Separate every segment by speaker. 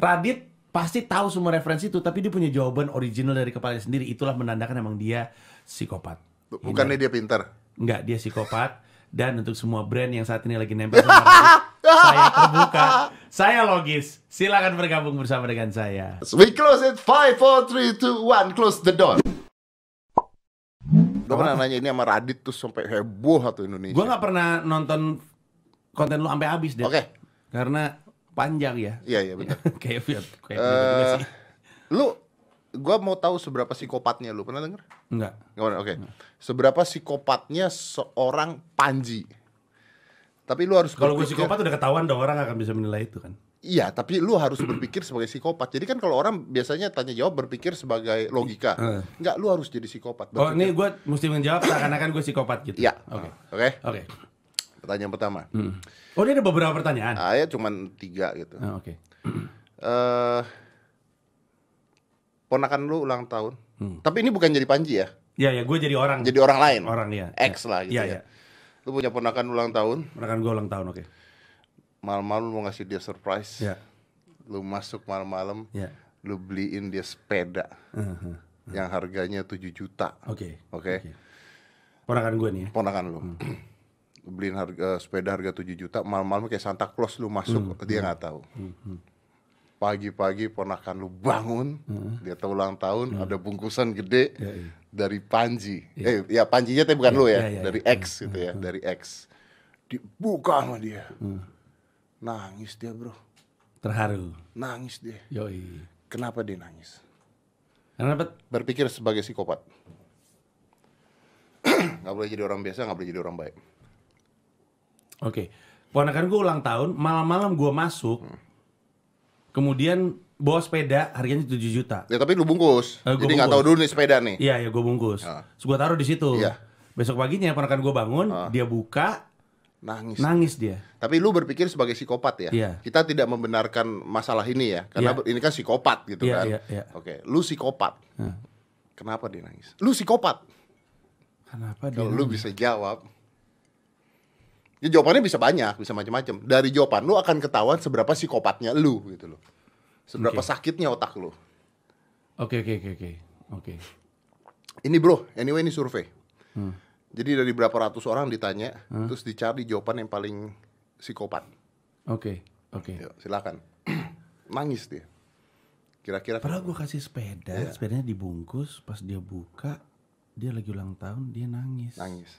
Speaker 1: Radit pasti tahu semua referensi itu, tapi dia punya jawaban original dari kepala dia sendiri. Itulah menandakan emang dia psikopat.
Speaker 2: Bukannya
Speaker 1: Iya.
Speaker 2: dia pintar.
Speaker 1: Enggak, dia psikopat. Dan untuk semua brand yang saat ini lagi nempel sama Radit, saya terbuka. Saya logis. Silakan bergabung bersama dengan saya.
Speaker 2: We close it 5, 4, 3, 2, 1 Close the door Gue pernah nanya ini sama Radit tuh sampai heboh atau Indonesia
Speaker 1: Gue nggak pernah nonton konten lu sampai habis deh.
Speaker 2: Oke.
Speaker 1: Karena panjang ya.
Speaker 2: Iya iya benar.
Speaker 1: kayak kayak kayak juga
Speaker 2: Eh,
Speaker 1: sih.
Speaker 2: Lu Gue mau tahu seberapa psikopatnya lu Pernah denger?
Speaker 1: Enggak.
Speaker 2: Nggak pernah,
Speaker 1: Nah.
Speaker 2: Oke Seberapa psikopatnya seorang Panji Tapi lu harus
Speaker 1: Kalau gue
Speaker 2: berpikir-
Speaker 1: psikopat udah ketahuan dong orang akan bisa menilai itu kan.
Speaker 2: Iya, tapi lu harus berpikir sebagai psikopat. Jadi kan kalau orang biasanya tanya jawab berpikir sebagai logika.
Speaker 1: Heeh.
Speaker 2: Enggak, lu harus jadi psikopat.
Speaker 1: Eh. Oh, ini
Speaker 2: Berpikir-
Speaker 1: gue mesti menjawab seakan-akan gue psikopat gitu.
Speaker 2: Iya.
Speaker 1: Oke.
Speaker 2: Oke.
Speaker 1: Oke.
Speaker 2: Pertanyaan pertama.
Speaker 1: Oh, ini ada beberapa pertanyaan.
Speaker 2: Ayah cuman tiga gitu. Eh,
Speaker 1: Ah, Oke.
Speaker 2: ponakan lu ulang tahun.
Speaker 1: Hmm.
Speaker 2: Tapi ini bukan jadi Panji ya.
Speaker 1: Ya ya, gue jadi orang.
Speaker 2: Jadi orang lain.
Speaker 1: orang ya.
Speaker 2: Ex lah gitu
Speaker 1: ya.
Speaker 2: ya.
Speaker 1: Ya, ya.
Speaker 2: Lu punya ponakan ulang tahun,
Speaker 1: Mereka gue ulang tahun, oke.
Speaker 2: malam-malam lu mau ngasih dia surprise.
Speaker 1: Ya.
Speaker 2: Lu masuk malam-malam,
Speaker 1: Ya.
Speaker 2: lu beliin dia sepeda
Speaker 1: Uh-huh.
Speaker 2: yang harganya 7 juta.
Speaker 1: Oke.
Speaker 2: Oke.
Speaker 1: Ponakan gue nih ya.
Speaker 2: ponakan lu Lu beliin harga sepeda harga 7 juta malam-malam kayak Santa Claus lu masuk
Speaker 1: Hmm.
Speaker 2: dia nggak tahu pagi-pagi ponakan lu bangun dia tahu ulang tahun ada bungkusan gede
Speaker 1: Hmm. Ya, iya.
Speaker 2: dari Panji eh ya Panjinya teh bukan lu ya,
Speaker 1: ya, ya,
Speaker 2: dari X gitu ya dari X dibuka sama dia
Speaker 1: Hmm.
Speaker 2: nangis dia bro
Speaker 1: Terharu.
Speaker 2: nangis dia
Speaker 1: Yoi.
Speaker 2: kenapa dia nangis
Speaker 1: Karena dapat
Speaker 2: berpikir sebagai psikopat nggak boleh jadi orang biasa nggak boleh jadi orang baik
Speaker 1: Oke. Ponakan gue ulang tahun, malam-malam gue masuk. Kemudian bawa sepeda harganya 7 juta.
Speaker 2: Ya tapi lu bungkus.
Speaker 1: Eh, gua
Speaker 2: Jadi nggak tahu
Speaker 1: bungkus.
Speaker 2: dulu nih sepeda nih.
Speaker 1: Iya, ya gue bungkus.
Speaker 2: Ah.
Speaker 1: Terus gue taruh di situ.
Speaker 2: Iya. Ah.
Speaker 1: Besok paginya ponakan gue bangun, dia buka,
Speaker 2: Nangis.
Speaker 1: nangis dia.
Speaker 2: Tapi lu berpikir sebagai psikopat ya.
Speaker 1: Nah. Iya.
Speaker 2: Kita tidak membenarkan masalah ini ya, karena
Speaker 1: Iya.
Speaker 2: ber- ini kan psikopat gitu
Speaker 1: Iya,
Speaker 2: kan.
Speaker 1: iya, iya.
Speaker 2: Oke, lu psikopat.
Speaker 1: Nah,
Speaker 2: Kenapa dia nangis? Lu psikopat.
Speaker 1: kenapa dia?
Speaker 2: Kalau lu bisa jawab. Ya, jawabannya bisa banyak, bisa macam-macam. Dari jawaban lu akan ketahuan seberapa psikopatnya lu gitu loh. Seberapa
Speaker 1: Oke.
Speaker 2: sakitnya otak lu.
Speaker 1: Oke, oke, oke, oke. Oke.
Speaker 2: Ini bro, anyway ini survei.
Speaker 1: Hmm.
Speaker 2: Jadi dari berapa ratus orang ditanya, terus dicari jawaban yang paling psikopat.
Speaker 1: Oke, oke.
Speaker 2: Yuk, silakan. Nangis dia. Kira-kira
Speaker 1: Padahal gue kasih sepeda,
Speaker 2: Iya.
Speaker 1: sepedanya dibungkus, pas dia buka, dia lagi ulang tahun, dia nangis.
Speaker 2: nangis.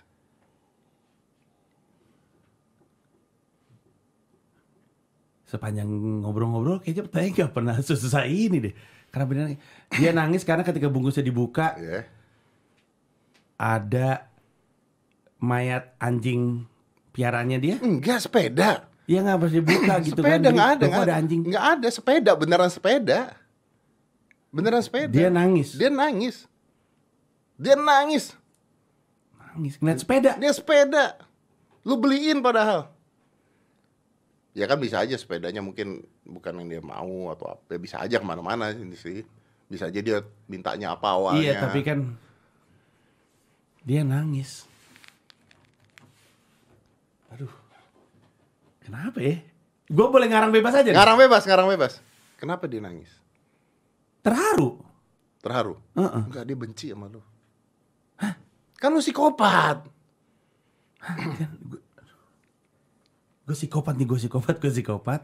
Speaker 1: Sepanjang ngobrol-ngobrol kayaknya pertanyaan gak pernah susah ini deh. Karena benar dia nangis karena ketika bungkusnya dibuka
Speaker 2: Ya.
Speaker 1: ada mayat anjing piarannya dia.
Speaker 2: Enggak sepeda.
Speaker 1: Iya nggak harus dibuka gitu kan.
Speaker 2: sepeda
Speaker 1: Jadi,
Speaker 2: nggak ada,
Speaker 1: loh, kok
Speaker 2: nggak
Speaker 1: ada anjing.
Speaker 2: Nggak ada sepeda, beneran sepeda. Beneran sepeda.
Speaker 1: Dia nangis.
Speaker 2: Dia nangis. Dia nangis.
Speaker 1: Nangis ngeliat sepeda.
Speaker 2: Dia sepeda. Lu beliin padahal. Ya kan bisa aja sepedanya mungkin bukan yang dia mau atau apa. Ya bisa aja kemana-mana ini sih. Bisa aja dia mintanya apa awalnya.
Speaker 1: Iya tapi kan dia nangis. Aduh. Kenapa ya? Gue boleh ngarang bebas aja. nih?
Speaker 2: Ngarang bebas, ngarang bebas. Kenapa dia nangis?
Speaker 1: Terharu.
Speaker 2: Terharu?
Speaker 1: Heeh.
Speaker 2: Enggak, dia benci sama lu. Kan lu psikopat.
Speaker 1: Gue psikopat nih, gue psikopat, gue psikopat.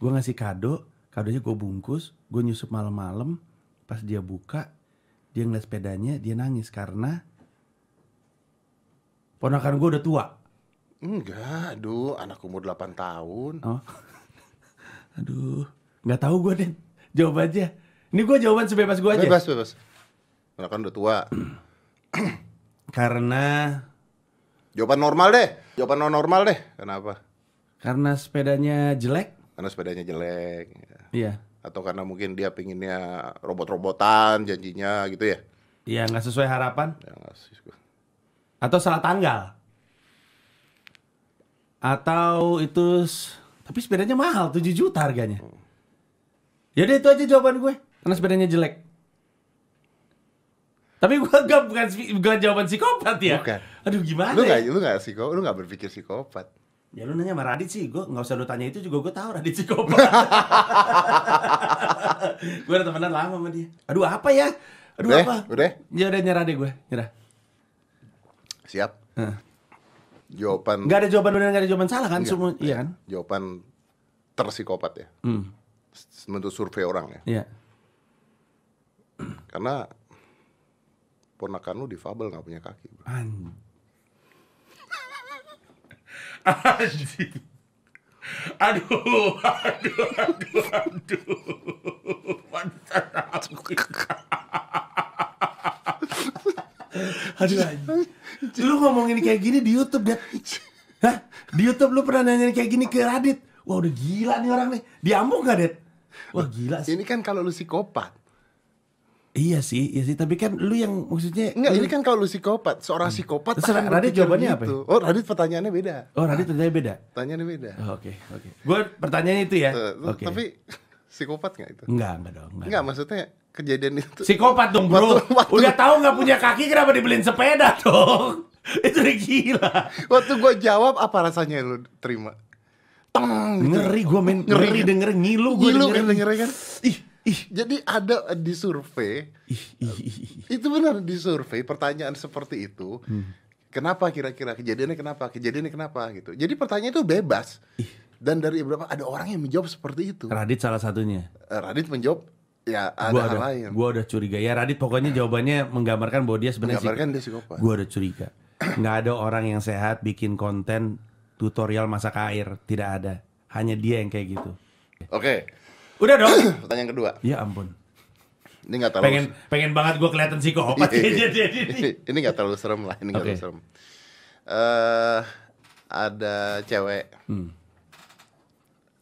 Speaker 1: Gue ngasih kado, kadonya gue bungkus, gue nyusup malam-malam. Pas dia buka, dia ngeliat sepedanya, dia nangis karena ponakan gue udah tua.
Speaker 2: Enggak, aduh, anak umur 8 tahun.
Speaker 1: Oh. Aduh, nggak tahu gue Den. Jawab aja. Ini gue jawaban sebebas gue aja.
Speaker 2: Bebas, bebas. Anak kan udah tua.
Speaker 1: Karena
Speaker 2: Jawaban normal deh. Jawaban non normal deh. Kenapa?
Speaker 1: karena sepedanya jelek.
Speaker 2: Karena sepedanya jelek. ya.
Speaker 1: Iya.
Speaker 2: Atau karena mungkin dia pinginnya robot-robotan janjinya gitu ya.
Speaker 1: Iya, nggak sesuai harapan.
Speaker 2: Ya, nggak sih.
Speaker 1: Atau salah tanggal. Atau itu s- tapi sepedanya mahal, 7 juta harganya. Ya udah itu aja jawaban gue. Hmm. Karena sepedanya jelek. Tapi gue gak bukan spi- bukan jawaban psikopat ya.
Speaker 2: Bukan.
Speaker 1: Aduh gimana?
Speaker 2: Lu
Speaker 1: ya?
Speaker 2: nggak lu nggak psiko, lu nggak berpikir psikopat.
Speaker 1: Ya lu nanya sama Radit sih, gue nggak usah lu tanya itu juga gue tahu Radit psikopat. gue udah temenan lama sama dia. Aduh apa ya? Aduh
Speaker 2: Udah,
Speaker 1: apa?
Speaker 2: Eh, udah.
Speaker 1: Ya udah nyerah deh gue, nyerah.
Speaker 2: Siap.
Speaker 1: Heeh.
Speaker 2: Jawaban
Speaker 1: Gak ada jawaban benar, gak ada jawaban salah kan
Speaker 2: Enggak.
Speaker 1: semua, iya kan?
Speaker 2: jawaban tersikopat ya.
Speaker 1: Hmm,
Speaker 2: Menurut survei orang
Speaker 1: iya.
Speaker 2: ya. Karena ponakan lu difabel nggak punya kaki. bro.
Speaker 1: An. Anjing. Aduh, aduh, aduh, aduh. Mantan aku. Aduh, anjing. lu ngomongin kayak gini di YouTube, Dad. Hah? Di YouTube lu pernah nanya kayak gini ke Radit. Wah, udah gila nih orang nih. Diambung gak, Dad? Wah, gila sih.
Speaker 2: Ini kan kalau lu psikopat.
Speaker 1: Iya sih, iya sih. Tapi kan lu yang maksudnya...
Speaker 2: Enggak,
Speaker 1: lu-
Speaker 2: ini kan kalau lu psikopat, seorang psikopat
Speaker 1: Terus Radit
Speaker 2: tak akan pikir
Speaker 1: jawabannya apa ya?
Speaker 2: gitu. Oh, Radit pertanyaannya beda.
Speaker 1: Oh, Radit ternyata beda?
Speaker 2: Pertanyaannya beda.
Speaker 1: Oh, Oke, oke. Gue pertanyaannya itu ya.
Speaker 2: Eh,
Speaker 1: Oke.
Speaker 2: Tapi psikopat nggak itu?
Speaker 1: enggak, enggak dong.
Speaker 2: Enggak, maksudnya kejadian itu.
Speaker 1: Psikopat dong, Bro.
Speaker 2: Waktu- waktu-
Speaker 1: Udah tahu nggak punya kaki kenapa dibeliin sepeda dong? itu udah gila.
Speaker 2: Waktu gua jawab apa rasanya lu terima? Teng gitu.
Speaker 1: Ngeri gue main ngeri,
Speaker 2: Ngeri. kan?
Speaker 1: denger ngilu gue
Speaker 2: Ngilu
Speaker 1: denger.
Speaker 2: kan dengernya kan?
Speaker 1: Ih, ih,
Speaker 2: Jadi ada eh, di survei,
Speaker 1: ih, ih, ih, ih.
Speaker 2: itu benar di survei pertanyaan seperti itu. Kenapa kira-kira kejadiannya kenapa? Kejadiannya kenapa gitu. Jadi pertanyaan itu bebas. Dan dari beberapa ada orang yang menjawab seperti itu.
Speaker 1: Radit salah satunya.
Speaker 2: Eh, Radit menjawab ya ada
Speaker 1: Gue
Speaker 2: hal
Speaker 1: udah,
Speaker 2: lain.
Speaker 1: gua udah curiga. Ya Radit pokoknya jawabannya menggambarkan bahwa dia sebenarnya sih.
Speaker 2: Menggambarkan dia psikopat.
Speaker 1: Gue udah curiga. Nggak ada orang yang sehat bikin konten tutorial masak air. Tidak ada. Hanya dia yang kayak gitu.
Speaker 2: Oke,
Speaker 1: Udah dong.
Speaker 2: pertanyaan kedua.
Speaker 1: ya ampun.
Speaker 2: Ini nggak terlalu
Speaker 1: pengen pengen banget gue kelihatan psikopat
Speaker 2: Iya,
Speaker 1: ya jadi
Speaker 2: ini nggak terlalu serem lah, ini nggak
Speaker 1: Oke.
Speaker 2: terlalu serem. Eh ada cewek.
Speaker 1: Hmm.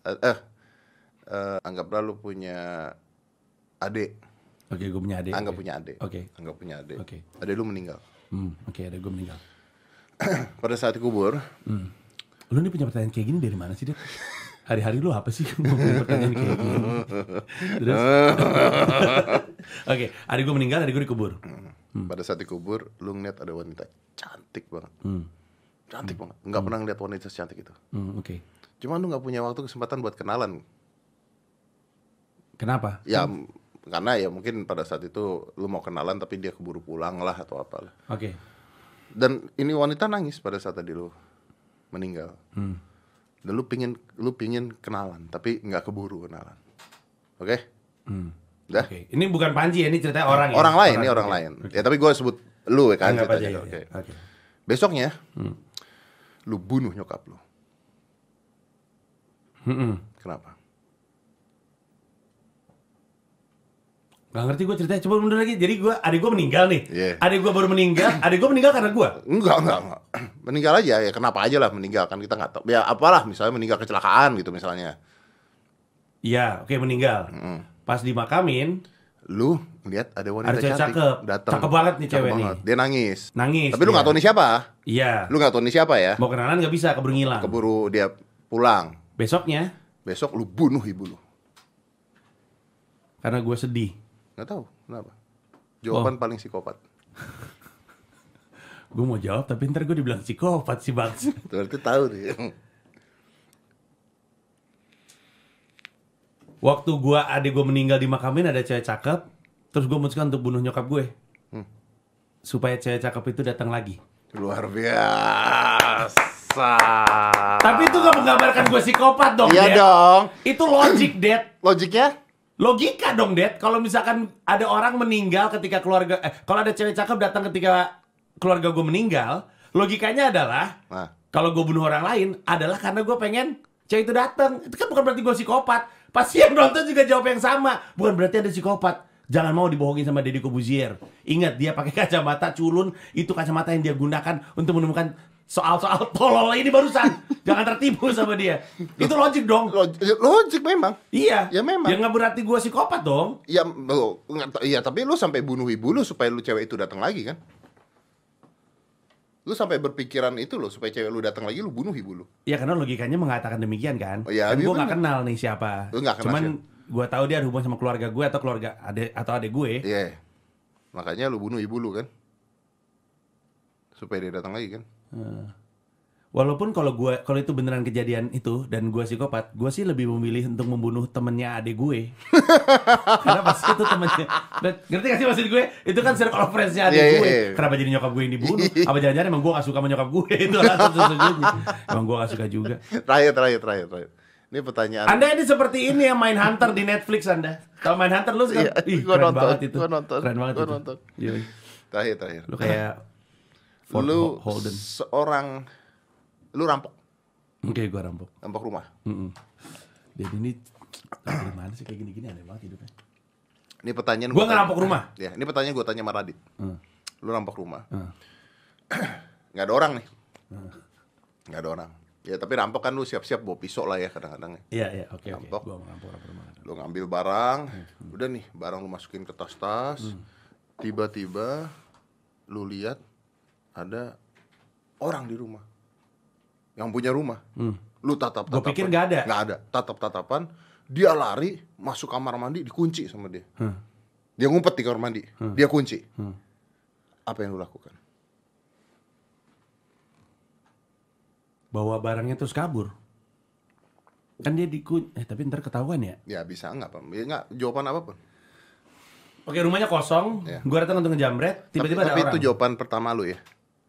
Speaker 2: Eh, eh, eh, anggaplah lu punya adik,
Speaker 1: oke gue punya adik
Speaker 2: anggap
Speaker 1: oke.
Speaker 2: punya adik,
Speaker 1: oke
Speaker 2: anggap punya adik.
Speaker 1: Oke.
Speaker 2: Adik lu meninggal.
Speaker 1: Hmm, oke ada gue meninggal Hmm.
Speaker 2: Pada saat dikubur,
Speaker 1: lu nih punya pertanyaan kayak gini dari mana sih Dad? hari-hari lu apa sih Gua punya pertanyaan kayak gini terus oke adik gue meninggal adik gue dikubur Hmm.
Speaker 2: pada saat dikubur, lu ngeliat ada wanita cantik banget, cantik banget. Nggak pernah ngeliat wanita cantik itu.
Speaker 1: Hmm, oke
Speaker 2: Cuma lu nggak punya waktu kesempatan buat kenalan.
Speaker 1: kenapa
Speaker 2: Ya m- karena ya mungkin pada saat itu lu mau kenalan tapi dia keburu pulang lah atau apalah.
Speaker 1: oke
Speaker 2: dan ini wanita nangis pada saat tadi lu meninggal
Speaker 1: Hmm.
Speaker 2: dan lu pingin lu pingin kenalan tapi nggak keburu kenalan oke
Speaker 1: Hmm.
Speaker 2: Dah.
Speaker 1: oke ini bukan Panji ya ini ceritanya orang ya?
Speaker 2: orang lain ini orang
Speaker 1: oke.
Speaker 2: lain ya tapi gue sebut lu ya kan
Speaker 1: Anggap aja
Speaker 2: ceritanya
Speaker 1: ya,
Speaker 2: oke
Speaker 1: ya. oke
Speaker 2: besoknya
Speaker 1: Hmm.
Speaker 2: lu bunuh nyokap lu
Speaker 1: Mm-mm.
Speaker 2: kenapa
Speaker 1: Gak ngerti gue ceritanya, coba mundur lagi. Jadi gue, adik gue meninggal nih.
Speaker 2: Iya.
Speaker 1: Adik gue baru meninggal, adik gue meninggal karena gue.
Speaker 2: enggak enggak enggak meninggal aja ya kenapa aja lah meninggal kan kita nggak tahu ya apalah misalnya meninggal kecelakaan gitu misalnya
Speaker 1: Iya, oke meninggal. Pas dimakamin,
Speaker 2: lu ngeliat ada wanita
Speaker 1: Ada cewek
Speaker 2: cantik
Speaker 1: cakep.
Speaker 2: datang
Speaker 1: Cakep banget nih cewek nih.
Speaker 2: banget. dia nangis
Speaker 1: nangis.
Speaker 2: tapi lu
Speaker 1: dia.
Speaker 2: nggak tahu nih siapa
Speaker 1: Iya.
Speaker 2: lu nggak tahu nih siapa ya
Speaker 1: Mau kenalan nggak bisa, keburu ngilang.
Speaker 2: keburu dia pulang
Speaker 1: Besoknya,
Speaker 2: besok lu bunuh ibu lu
Speaker 1: karena gue sedih,
Speaker 2: nggak tahu kenapa
Speaker 1: Oh.
Speaker 2: jawaban paling psikopat
Speaker 1: gue mau jawab tapi ntar gue dibilang psikopat sih bang.
Speaker 2: berarti tahu ya. nih
Speaker 1: Waktu gue adik gue meninggal dimakamin ada cewek cakep, terus gue memutuskan untuk bunuh nyokap gue.
Speaker 2: Hmm.
Speaker 1: Supaya cewek cakep itu datang lagi.
Speaker 2: luar biasa
Speaker 1: Tapi itu gak menggambarkan gue psikopat dong,
Speaker 2: iya
Speaker 1: Dad.
Speaker 2: dong
Speaker 1: Itu logic, Dad.
Speaker 2: logiknya
Speaker 1: Logika dong, Det. Kalau misalkan ada orang meninggal ketika keluarga eh kalau ada cewek cakep datang ketika keluarga gue meninggal, logikanya adalah
Speaker 2: nah
Speaker 1: kalau gue bunuh orang lain adalah karena gue pengen cewek itu datang. Itu kan bukan berarti gue psikopat. Pasti yang nonton juga jawab yang sama. Bukan berarti ada psikopat. Jangan mau dibohongin sama Deddy Kobuzier. Ingat dia pakai kacamata culun, itu kacamata yang dia gunakan untuk menemukan soal-soal tolol ini barusan. Jangan tertipu sama dia. Itu logik dong.
Speaker 2: log- logik memang
Speaker 1: Iya.
Speaker 2: Ya memang.
Speaker 1: Yang nggak berarti gue psikopat dong.
Speaker 2: ya lu nggak tahu- iya tapi lu sampai bunuh ibu lu supaya lu cewek itu datang lagi kan lu sampai berpikiran itu loh supaya cewek lu datang lagi lu bunuh ibu lu
Speaker 1: Ya karena logikanya mengatakan demikian kan.
Speaker 2: Oh, iya,
Speaker 1: Dan
Speaker 2: iya
Speaker 1: gue nggak
Speaker 2: bener.
Speaker 1: kenal nih siapa.
Speaker 2: Lu nggak kenal
Speaker 1: Cuman gue tahu dia ada hubungan sama keluarga gue atau keluarga ade atau adik gue.
Speaker 2: iya makanya lu bunuh ibu lu kan supaya dia datang lagi kan
Speaker 1: Walaupun kalau gua kalau itu beneran kejadian itu dan gua psikopat, gua sih lebih memilih untuk membunuh temennya adik gue. Karena pasti itu temennya. Dan, ngerti gak sih maksud gue? Itu kan circle of friends-nya adik
Speaker 2: Iya, iya,
Speaker 1: gue.
Speaker 2: iya.
Speaker 1: Kenapa jadi nyokap gue yang dibunuh? Apa jangan-jangan emang gua gak suka sama nyokap gue? itu alasan sesungguhnya. Emang gua gak suka juga.
Speaker 2: Terakhir, terakhir, terakhir, terakhir. Ini pertanyaan.
Speaker 1: Anda ini seperti ini yang main Hunter di Netflix Anda. Kalau main Hunter lu sekarang,
Speaker 2: Iya,
Speaker 1: ih,
Speaker 2: gua
Speaker 1: keren
Speaker 2: nonton,
Speaker 1: banget itu.
Speaker 2: gua nonton,
Speaker 1: keren banget
Speaker 2: gua
Speaker 1: itu.
Speaker 2: nonton.
Speaker 1: Iya.
Speaker 2: Terakhir, terakhir.
Speaker 1: Lu kayak Ford
Speaker 2: lu
Speaker 1: Ho- Holden.
Speaker 2: seorang, lu rampok,
Speaker 1: Oke, gua rampok.
Speaker 2: rampok rumah.
Speaker 1: Mm-mm. Jadi ini dari mana sih kayak gini-gini aneh banget hidupnya.
Speaker 2: Ini pertanyaan.
Speaker 1: Gua
Speaker 2: tanya-
Speaker 1: ngerampok rumah?
Speaker 2: Ya, ini pertanyaan gue tanya sama Radit.
Speaker 1: Hmm.
Speaker 2: Lu rampok rumah.
Speaker 1: Hmm.
Speaker 2: Nggak ada orang nih. Nggak ada orang. Ya, tapi rampok kan lu siap-siap bawa pisau lah ya kadang-kadang. ya.
Speaker 1: Iya, iya, oke, oke.
Speaker 2: Rampok.
Speaker 1: Gua mau rampok, rampok, rampok.
Speaker 2: Lu ngambil barang,
Speaker 1: Hmm,
Speaker 2: udah nih barang lu masukin ke tas-tas. Tiba-tiba lu lihat ada orang di rumah. Yang punya rumah.
Speaker 1: Hmm.
Speaker 2: Lu tatap
Speaker 1: Gua
Speaker 2: tatapan.
Speaker 1: pikir nggak ada.
Speaker 2: Nggak ada. Tatap tatapan. Dia lari masuk kamar mandi dikunci sama dia.
Speaker 1: Hmm.
Speaker 2: Dia ngumpet di kamar mandi. Dia kunci. Apa yang lu lakukan?
Speaker 1: Bawa barangnya terus kabur. Kan dia dikun eh tapi ntar ketahuan ya.
Speaker 2: Ya bisa nggak Pak? Ya, nggak jawaban apapun.
Speaker 1: Oke, rumahnya kosong.
Speaker 2: Iya.
Speaker 1: Gua datang untuk ngejamret, tiba-tiba
Speaker 2: tapi,
Speaker 1: ada
Speaker 2: tapi
Speaker 1: orang.
Speaker 2: itu jawaban pertama lu ya.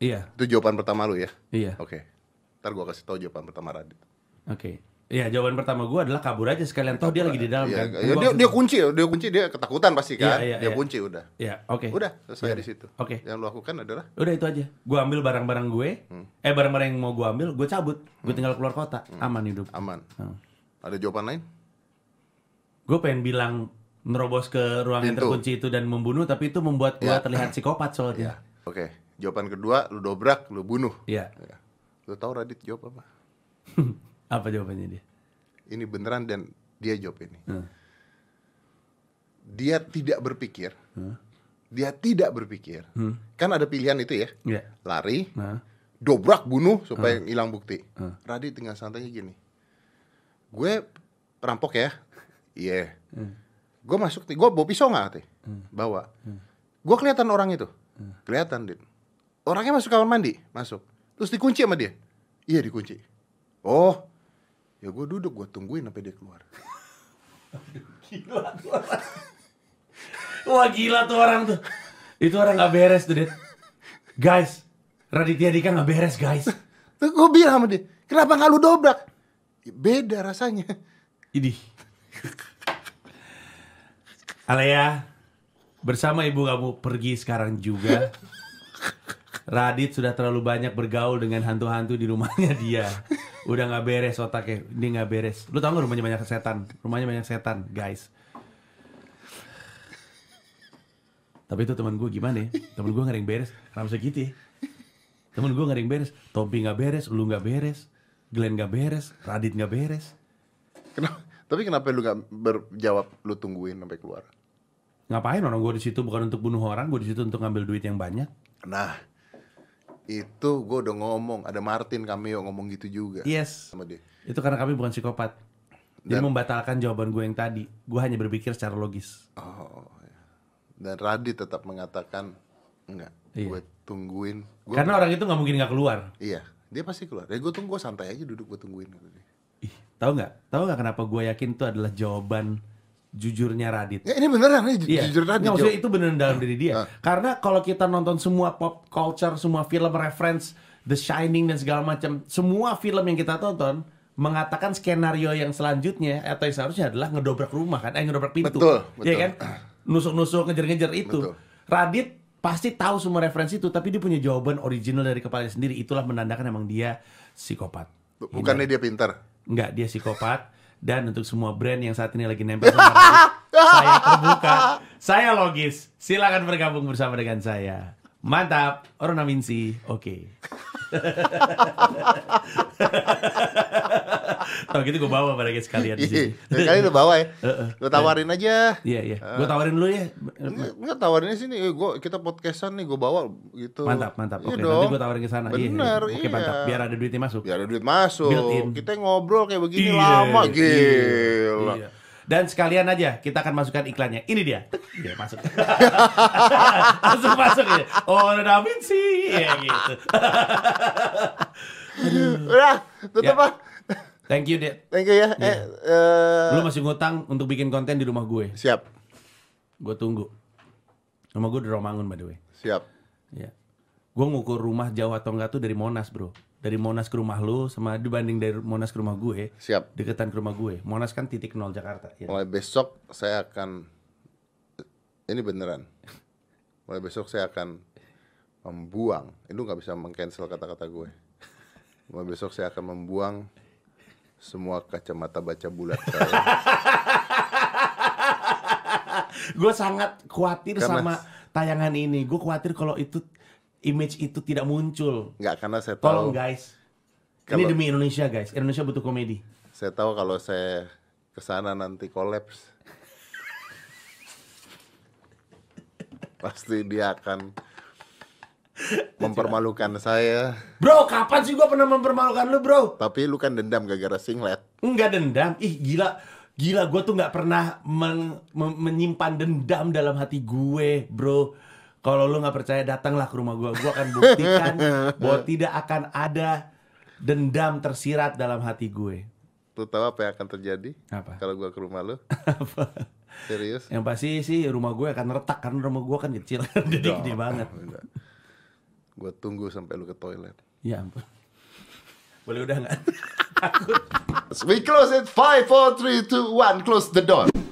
Speaker 1: Iya,
Speaker 2: Itu jawaban pertama lu ya.
Speaker 1: iya.
Speaker 2: Oke. Ntar gua kasih tau jawaban pertama Radit.
Speaker 1: Oke. Iya, jawaban pertama gua adalah kabur aja sekalian. Toh dia lagi di dalam
Speaker 2: Iya,
Speaker 1: kan.
Speaker 2: iya, dia, dia kunci, dia kunci dia ketakutan pasti kan.
Speaker 1: Iya, iya,
Speaker 2: dia
Speaker 1: iya.
Speaker 2: kunci udah.
Speaker 1: Iya, oke. Iya.
Speaker 2: Udah, selesai di situ.
Speaker 1: Oke.
Speaker 2: Yang lu lakukan adalah
Speaker 1: Udah itu aja. Gua ambil barang-barang gue.
Speaker 2: Hmm.
Speaker 1: Eh, barang-barang yang mau gua ambil, gue cabut. Gue tinggal keluar kota. Aman hidup.
Speaker 2: aman.
Speaker 1: Hmm.
Speaker 2: Ada jawaban lain?
Speaker 1: Gue pengen bilang nerobos ke ruang yang
Speaker 2: Pintu. Ya.
Speaker 1: terkunci itu dan membunuh, tapi itu membuat gua terlihat psikopat soalnya.
Speaker 2: Oke. Jawaban kedua, lu dobrak, lu bunuh.
Speaker 1: Iya.
Speaker 2: Ya. Lu tahu Radit jawab apa?
Speaker 1: Apa jawabannya dia?
Speaker 2: Ini beneran dan dia jawab ini.
Speaker 1: Hmm.
Speaker 2: Dia tidak berpikir.
Speaker 1: Hmm.
Speaker 2: Dia tidak berpikir. Kan ada pilihan itu ya.
Speaker 1: Iya.
Speaker 2: Lari,
Speaker 1: Nah.
Speaker 2: dobrak bunuh supaya hilang bukti. Radit dengan santainya gini. Gue perampok ya. Iya. Gue masuk nih, gue bawa pisau nggak teh? Bawa. Gue kelihatan orang itu. Kelihatan, Dit. Orangnya masuk kamar mandi, masuk. Terus dikunci sama dia. Iya, dikunci. Oh. Ya gue duduk, gue tungguin sampai dia keluar.
Speaker 1: Gila tuh orang. Wah gila tuh orang tuh. Itu orang nggak beres tuh, Ded. Guys, Raditya Dika nggak beres, guys.
Speaker 2: Terus gue bilang sama dia, kenapa nggak lu dobrak? "Ya, Beda rasanya.
Speaker 1: Idih. Alea, bersama ibu kamu pergi sekarang juga. Radit sudah terlalu banyak bergaul dengan hantu-hantu di rumahnya dia. Udah nggak beres otaknya, ini nggak beres. Lu tau gak rumahnya banyak setan? Rumahnya banyak setan, guys. Tapi itu teman gue gimana ya? Temen gue nggak ada yang beres, Ramsa gitu ya. Temen gue nggak ada yang beres, Tompi nggak beres, lu nggak beres, Glenn nggak beres, Radit nggak beres.
Speaker 2: Kenapa? Tapi kenapa lu nggak berjawab, lu tungguin sampai keluar?
Speaker 1: ngapain orang gue di situ bukan untuk bunuh orang gue di situ untuk ngambil duit yang banyak
Speaker 2: Nah, itu gue udah ngomong. Ada Martin cameo ngomong gitu juga
Speaker 1: yes
Speaker 2: sama dia.
Speaker 1: itu karena kami bukan psikopat dia membatalkan jawaban gue yang tadi gue hanya berpikir secara logis
Speaker 2: Oh, ya. dan Radit tetap mengatakan enggak.
Speaker 1: Iya. Kan
Speaker 2: Gue tungguin. Gua,
Speaker 1: karena orang itu nggak mungkin nggak keluar
Speaker 2: Iya, dia pasti keluar. Ya gue tunggu, gua santai aja duduk gue tungguin. kata dia.
Speaker 1: ih tahu nggak tahu nggak kenapa gue yakin itu adalah jawaban jujurnya Radit
Speaker 2: Ya, ini beneran nih, ju-
Speaker 1: Iya.
Speaker 2: jujur Radit.
Speaker 1: Nggak, maksudnya
Speaker 2: jawab.
Speaker 1: itu beneran dalam diri dia. Karena kalau kita nonton semua pop culture, semua film reference, The Shining dan segala macam, semua film yang kita tonton mengatakan skenario yang selanjutnya atau yang seharusnya adalah ngedobrak rumah kan, eh ngedobrak pintu.
Speaker 2: Betul,
Speaker 1: Iya
Speaker 2: betul.
Speaker 1: kan? Nusuk-nusuk, ngejar-ngejar itu.
Speaker 2: Betul.
Speaker 1: Radit pasti tahu semua referensi itu, tapi dia punya jawaban original dari kepalanya sendiri. Itulah menandakan emang dia psikopat.
Speaker 2: Bukannya dia pintar.
Speaker 1: Enggak, dia psikopat. Dan untuk semua brand yang saat ini lagi nempel sama Radit, saya terbuka. Saya logis. Silakan bergabung bersama dengan saya. Mantap, Rona Minsi. Oke. Kalau gitu gue bawa pada guys sekalian di sini.
Speaker 2: Ih, lain kali lu bawa Iya, ya. Lu tawarin aja.
Speaker 1: Iya, iya. Gue tawarin dulu ya.
Speaker 2: Enggak, enggak tawarinnya sini. Eh, gua kita podcastan nih, gue bawa gitu.
Speaker 1: Mantap, mantap.
Speaker 2: Iya
Speaker 1: Oke,
Speaker 2: dong.
Speaker 1: nanti gue tawarin ke sana. Iya, iya.
Speaker 2: Bener,
Speaker 1: Oke,
Speaker 2: iya.
Speaker 1: mantap. Biar ada duitnya masuk.
Speaker 2: biar ada duit masuk.
Speaker 1: Built in.
Speaker 2: Kita ngobrol kayak begini
Speaker 1: Iya,
Speaker 2: lama
Speaker 1: iya,
Speaker 2: gila.
Speaker 1: iya. Dan sekalian aja kita akan masukkan iklannya. Ini dia. Tek. Iya, masuk. Langsung masuk ya. Oh, ada Da Vinci. Iya gitu.
Speaker 2: Udah, tutup
Speaker 1: Ya. Iya.
Speaker 2: ah.
Speaker 1: Thank you, Dek.
Speaker 2: Thank you ya. Eh, eh,
Speaker 1: Lu masih ngutang untuk bikin konten di rumah gue.
Speaker 2: siap,
Speaker 1: Gue tunggu. Rumah gue di Romangun, by the way.
Speaker 2: siap.
Speaker 1: Ya. Gue ngukur rumah jauh atau enggak tuh dari Monas, bro. Dari Monas ke rumah lu sama dibanding dari Monas ke rumah gue,
Speaker 2: Siap.
Speaker 1: deketan ke rumah gue. Monas kan titik nol Jakarta. ya.
Speaker 2: Mulai besok saya akan ini beneran. Mulai besok saya akan membuang. Ini lu nggak bisa mengcancel kata-kata gue. Mulai besok saya akan membuang semua kacamata baca bulat saya.
Speaker 1: Gue sangat khawatir
Speaker 2: Karena-
Speaker 1: sama tayangan ini. Gue khawatir kalau itu image itu tidak muncul.
Speaker 2: Nggak karena saya
Speaker 1: Tolong
Speaker 2: tahu.
Speaker 1: guys.
Speaker 2: Kalau-
Speaker 1: Ini demi Indonesia guys. Indonesia butuh komedi.
Speaker 2: Saya tahu kalau saya kesana nanti kolaps. Pasti dia akan mempermalukan saya.
Speaker 1: Bro, kapan sih gue pernah mempermalukan lu, bro?
Speaker 2: Tapi lu kan dendam gara-gara singlet.
Speaker 1: Enggak dendam. Ih, gila. Gila, gue tuh nggak pernah men- men- menyimpan dendam dalam hati gue, bro. Kalau lu nggak percaya, datanglah ke rumah gue. Gue akan buktikan bahwa tidak akan ada dendam tersirat dalam hati gue.
Speaker 2: Lu tahu apa yang akan terjadi?
Speaker 1: Apa?
Speaker 2: Kalau gua ke rumah lu?
Speaker 1: Apa?
Speaker 2: Serius?
Speaker 1: Yang pasti sih rumah gue akan retak karena rumah gue kan kecil, jadi gede banget.
Speaker 2: Enggak. Gua tunggu sampai lu ke toilet.
Speaker 1: Ya ampun. Boleh udah nggak?
Speaker 2: We close it 5 4 3 2 1 close the door.